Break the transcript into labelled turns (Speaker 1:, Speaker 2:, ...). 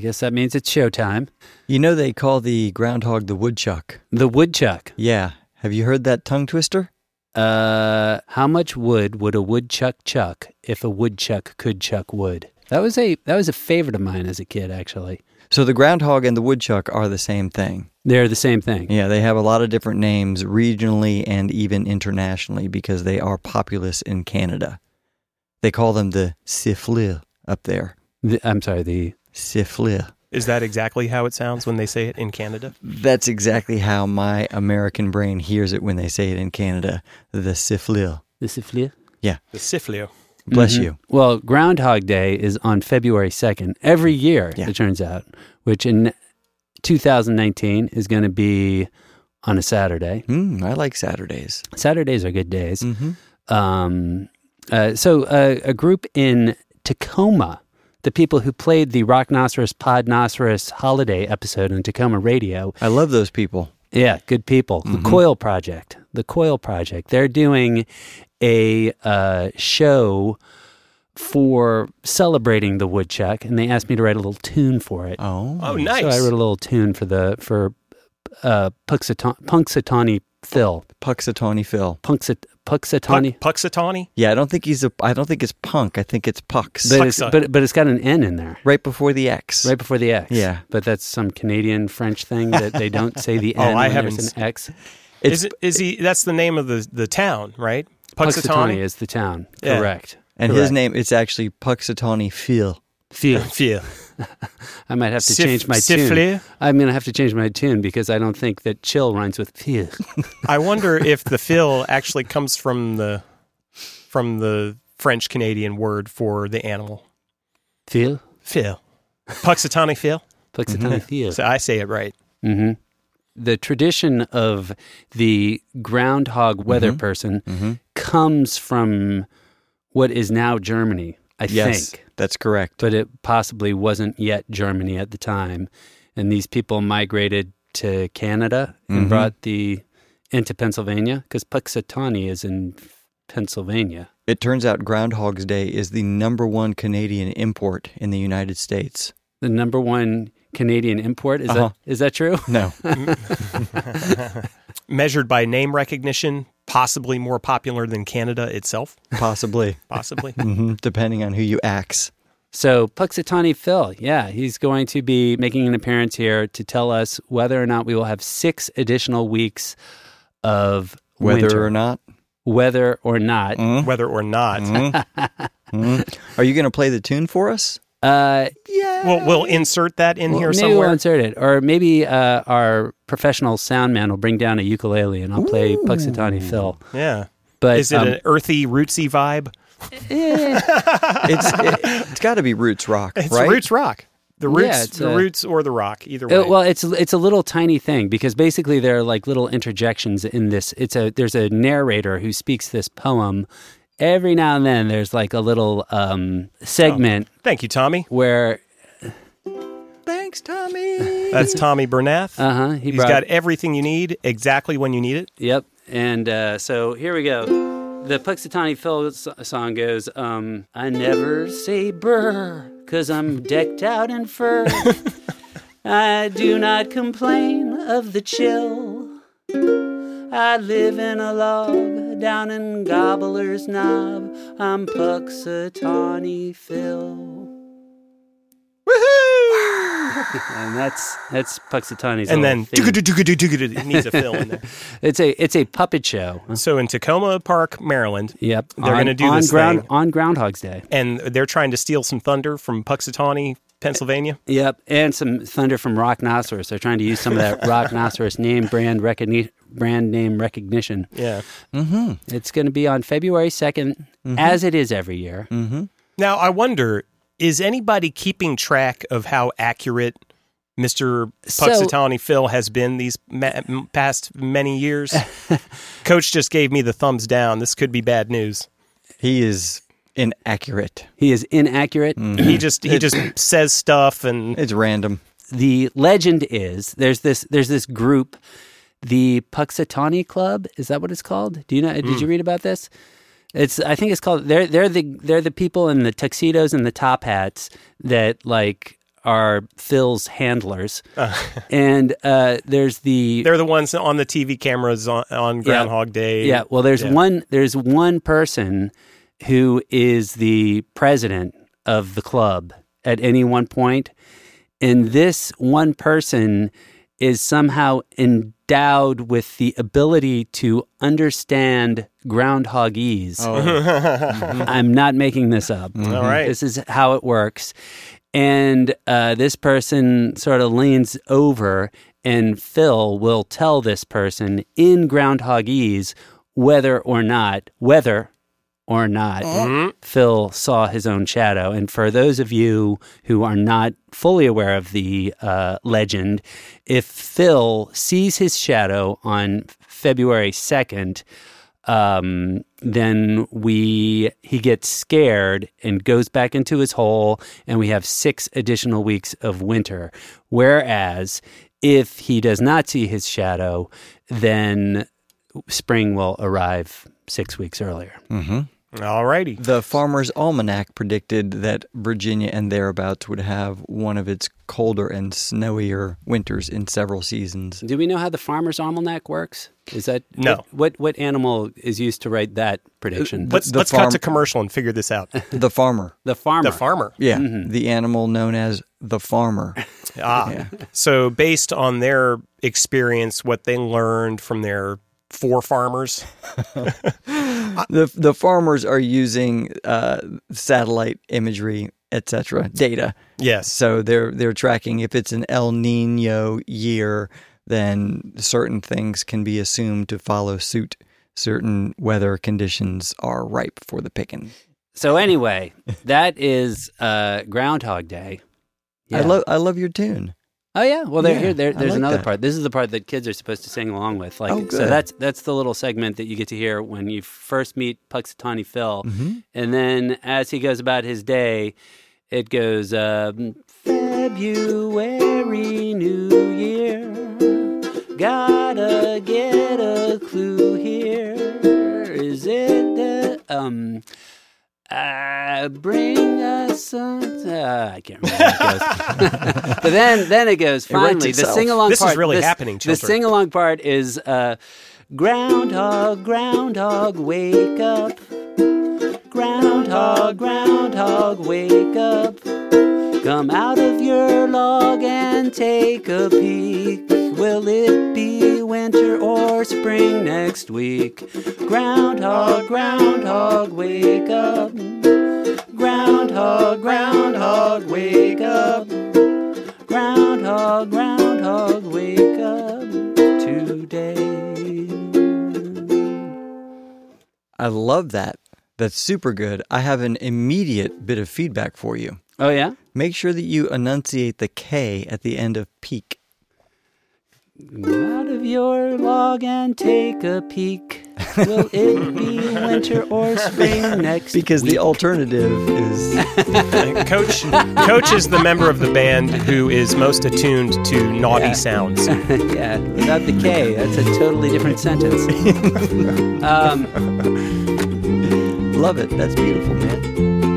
Speaker 1: guess that means it's showtime.
Speaker 2: You know they call the groundhog the woodchuck.
Speaker 1: The woodchuck.
Speaker 2: Yeah. Have you heard that tongue twister?
Speaker 1: Uh, how much wood would a woodchuck chuck if a woodchuck could chuck wood? That was a that was a favorite of mine as a kid, actually.
Speaker 2: So the groundhog and the woodchuck are the same thing.
Speaker 1: They're the same thing.
Speaker 2: Yeah, they have a lot of different names regionally and even internationally because they are populous in Canada. They call them the siffleur up there.
Speaker 1: The, I'm sorry, the
Speaker 2: Siffleur.
Speaker 3: Is that exactly how it sounds when they say it in Canada?
Speaker 2: That's exactly how my American brain hears it when they say it in Canada. The siffleur.
Speaker 1: the siffleur.
Speaker 3: The sifflio.
Speaker 2: Bless
Speaker 1: Mhm.
Speaker 2: you.
Speaker 1: Well, Groundhog Day is on February 2nd every year,
Speaker 2: Yeah.
Speaker 1: it turns out, which in 2019 is going to be on a Saturday.
Speaker 2: Mm, I like Saturdays.
Speaker 1: Saturdays are good days.
Speaker 2: Mm-hmm.
Speaker 1: Um, uh, so, uh, a group in Tacoma, the people who played the Rocknoceros Podnoceros holiday episode on Tacoma Radio,
Speaker 2: I love those people.
Speaker 1: yeah, good people. The Coil Project. The Coil Project. They're doing a uh, show for celebrating the woodchuck, and they asked me to write a little tune for it.
Speaker 2: Oh.
Speaker 3: Oh, nice.
Speaker 1: So I wrote a little tune for the for uh, Punxsutaw- Punxsutawney Phil.
Speaker 2: Puxatawny Phil.
Speaker 1: Punxsut-
Speaker 3: Puck,
Speaker 1: Punxsutawney.
Speaker 3: Puxatawny?
Speaker 2: Yeah, I don't think he's a. I don't think it's punk. I think it's Pux.
Speaker 1: But it's,
Speaker 3: Puxa.
Speaker 1: but, but it's got an N in there.
Speaker 2: right before the X.
Speaker 1: Right before the X.
Speaker 2: Yeah.
Speaker 1: But that's some Canadian French thing that they don't say the
Speaker 3: Oh,
Speaker 1: N.
Speaker 3: I
Speaker 1: when
Speaker 3: haven't
Speaker 1: There's an X.
Speaker 2: It's-
Speaker 3: Is, it, is he? That's the name of the, the town, right?
Speaker 1: Punxsutawney
Speaker 3: Puxatawny.
Speaker 1: is the town.
Speaker 3: Yeah.
Speaker 1: Correct.
Speaker 2: and his
Speaker 1: Correct.
Speaker 2: name, it's actually Puxatawny Phil.
Speaker 1: Phil.
Speaker 3: Sifflio.
Speaker 1: I might have to
Speaker 3: Sif-
Speaker 1: change my tune.
Speaker 3: siffler?
Speaker 1: I'm going to have to change my tune because I don't think that chill rhymes with phew.
Speaker 3: I wonder if the Phil actually comes from the from the French Canadian word for the animal.
Speaker 1: Phil?
Speaker 3: Phil. Puxatawny Phil. Mm-hmm.
Speaker 1: Puxatani Phil.
Speaker 3: So I say it right.
Speaker 1: hmm The tradition of the groundhog weather
Speaker 3: Mm-hmm.
Speaker 1: person comes from what is now Germany, I
Speaker 2: Yes,
Speaker 1: think.
Speaker 2: that's correct.
Speaker 1: But it possibly wasn't yet Germany at the time. And these people migrated to Canada and
Speaker 2: Mhm.
Speaker 1: brought the into Pennsylvania because Puxatani is in Pennsylvania.
Speaker 2: It turns out Groundhog's Day is the number one Canadian import in the United States.
Speaker 1: the number one Canadian import. Is
Speaker 2: Uh-huh.
Speaker 1: that is that true?
Speaker 2: No,
Speaker 3: Measured by name recognition, possibly more popular than Canada itself.
Speaker 2: possibly,
Speaker 3: Possibly.
Speaker 2: hmm depending on who you axe.
Speaker 1: So Puxatani Phil, yeah, he's going to be making an appearance here to tell us whether or not we will have six additional weeks of
Speaker 2: Whether
Speaker 1: winter,
Speaker 2: or not,
Speaker 1: whether or not.
Speaker 3: Whether or not.
Speaker 2: are you going to play the tune for us?
Speaker 1: Uh,
Speaker 3: We'll, we'll insert that in
Speaker 1: well,
Speaker 3: here
Speaker 1: maybe
Speaker 3: somewhere.
Speaker 1: we'll insert it, or maybe uh, our professional sound man will bring down a ukulele and I'll play Puxatani Phil.
Speaker 3: yeah.
Speaker 1: But
Speaker 3: Is it
Speaker 1: um,
Speaker 3: an earthy, rootsy vibe?
Speaker 1: eh,
Speaker 2: It's it, it's got to be roots rock,
Speaker 3: It's
Speaker 2: right?
Speaker 3: roots rock. The
Speaker 1: Yeah,
Speaker 3: roots,
Speaker 1: it's
Speaker 3: the
Speaker 1: a-
Speaker 3: roots, or the rock. Either way.
Speaker 1: Uh, well, it's it's a little tiny thing because basically there are like little interjections in this. It's a there's a narrator who speaks this poem. Every now and then, there's like a little um, segment
Speaker 3: Thank you, Tommy.
Speaker 1: where
Speaker 2: Thanks, Tommy.
Speaker 3: That's Tommy Bernath.
Speaker 1: uh huh he
Speaker 3: He's
Speaker 1: brought
Speaker 3: got everything you need exactly when you need it.
Speaker 1: yep and uh, so here we go. The Puxatani Phil s- song goes, um, I never say brr, cause I'm decked out in fur. I do not complain of the chill. I live in a log down in Gobbler's Knob. I'm Puxatawny Phil. Woohoo! and that's that's Puxatawny's.
Speaker 3: And then
Speaker 1: little thing.
Speaker 3: it needs a fill in there.
Speaker 1: it's a it's a puppet show.
Speaker 3: So in Tacoma Park, Maryland,
Speaker 1: Yep,
Speaker 3: They're gonna do
Speaker 1: on
Speaker 3: this
Speaker 1: ground
Speaker 3: thing.
Speaker 1: on Groundhog's Day.
Speaker 3: and they're trying to steal some thunder from Puxatawny, Pennsylvania.
Speaker 1: Yep, and some thunder from Rocknoceros. They're trying to use some of that Rocknoceros name brand recogni- brand name recognition.
Speaker 3: Yeah.
Speaker 1: It's going to be on February 2nd as it is every year.
Speaker 3: Now I wonder, is anybody keeping track of how accurate Mr.
Speaker 1: So-
Speaker 3: Puxatawny Phil has been these ma- m- past many years? Coach just gave me the thumbs down. This could be bad news.
Speaker 2: he is inaccurate.
Speaker 1: He is inaccurate.
Speaker 3: He just he just says stuff and
Speaker 2: It's random.
Speaker 1: The legend is there's this there's this group, the Puxatawny Club. Is that what it's called? Do you know? Did you read about this? It's I think it's called they're they're the they're the people in the tuxedos and the top hats that like are Phil's handlers, and uh, there's the
Speaker 3: They're the ones on the TV cameras on, on Groundhog Day.
Speaker 1: yeah. Well, there's
Speaker 3: yeah.
Speaker 1: one there's one person who is the president of the club at any one point, and this one person is somehow endowed with the ability to understand groundhogese.
Speaker 2: Oh,
Speaker 1: I'm not making this up. Mm-hmm.
Speaker 3: All right.
Speaker 1: This is how it works. And uh, this person sort of leans over, and Phil will tell this person in groundhogese whether or not, whether or not
Speaker 3: Mm-hmm.
Speaker 1: Phil saw his own shadow. And for those of you who are not fully aware of the uh, legend, if Phil sees his shadow on February 2nd, um, then we he gets scared and goes back into his hole, and we have six additional weeks of winter. Whereas if he does not see his shadow, then spring will arrive six weeks earlier.
Speaker 3: Hmm. All righty.
Speaker 2: The Farmer's Almanac predicted that Virginia and thereabouts would have one of its colder and snowier winters in several seasons.
Speaker 1: Do we know how the farmer's almanac works? Is that
Speaker 3: No. Uh,
Speaker 1: What what, what animal is used to write that prediction?
Speaker 3: Let's
Speaker 2: the
Speaker 3: let's
Speaker 2: farm-
Speaker 3: cut to commercial and figure this out.
Speaker 2: The farmer.
Speaker 1: the farmer.
Speaker 3: The farmer.
Speaker 2: Yeah. The animal known as the farmer.
Speaker 3: Ah. So based on their experience, what they learned from their four farmers.
Speaker 2: the the farmers are using uh, satellite imagery, etc., data.
Speaker 3: Yes.
Speaker 2: So they're they're tracking if it's an El Nino year, then certain things can be assumed to follow suit. Certain weather conditions are ripe for the picking.
Speaker 1: So anyway, that is uh, Groundhog Day.
Speaker 2: I
Speaker 1: Yeah.
Speaker 2: love I love your tune.
Speaker 1: Oh yeah. Well, there,
Speaker 2: Yeah,
Speaker 1: here, there,
Speaker 2: I
Speaker 1: there's
Speaker 2: like
Speaker 1: another
Speaker 2: that.
Speaker 1: part. This is the part that kids are supposed to sing along with. Like,
Speaker 2: Oh,
Speaker 1: so
Speaker 2: good.
Speaker 1: that's that's the little segment that you get to hear when you first meet Puxatawny Phil,
Speaker 2: Mm-hmm.
Speaker 1: and then as he goes about his day, it goes um, February New Year. Gotta get a clue here. Is it the um? Uh, bring us some. Uh, I can't remember. How it goes. but then, then it goes.
Speaker 2: writes
Speaker 1: Finally, the
Speaker 2: itself.
Speaker 1: sing along.
Speaker 3: This is
Speaker 1: part,
Speaker 3: really happening,
Speaker 1: The
Speaker 3: children.
Speaker 1: sing along part is uh, groundhog, groundhog, wake up. Groundhog, groundhog, wake up. Come out of your log and take a peek. Will it be winter or spring next week? Groundhog, groundhog, wake up. Groundhog, groundhog, wake up. Groundhog, groundhog, wake up today.
Speaker 2: I love that. That's super good. I have an immediate bit of feedback for you.
Speaker 1: Oh, yeah?
Speaker 2: Make sure that you enunciate the K at the end of peak.
Speaker 1: Come out of your log and take a peek. Will it be winter or spring next?
Speaker 2: Because the alternative is
Speaker 3: Coach Coach is the member of the band who is most attuned to naughty sounds.
Speaker 1: yeah, without the K, that's a totally different sentence. um,
Speaker 2: love it. That's beautiful, man.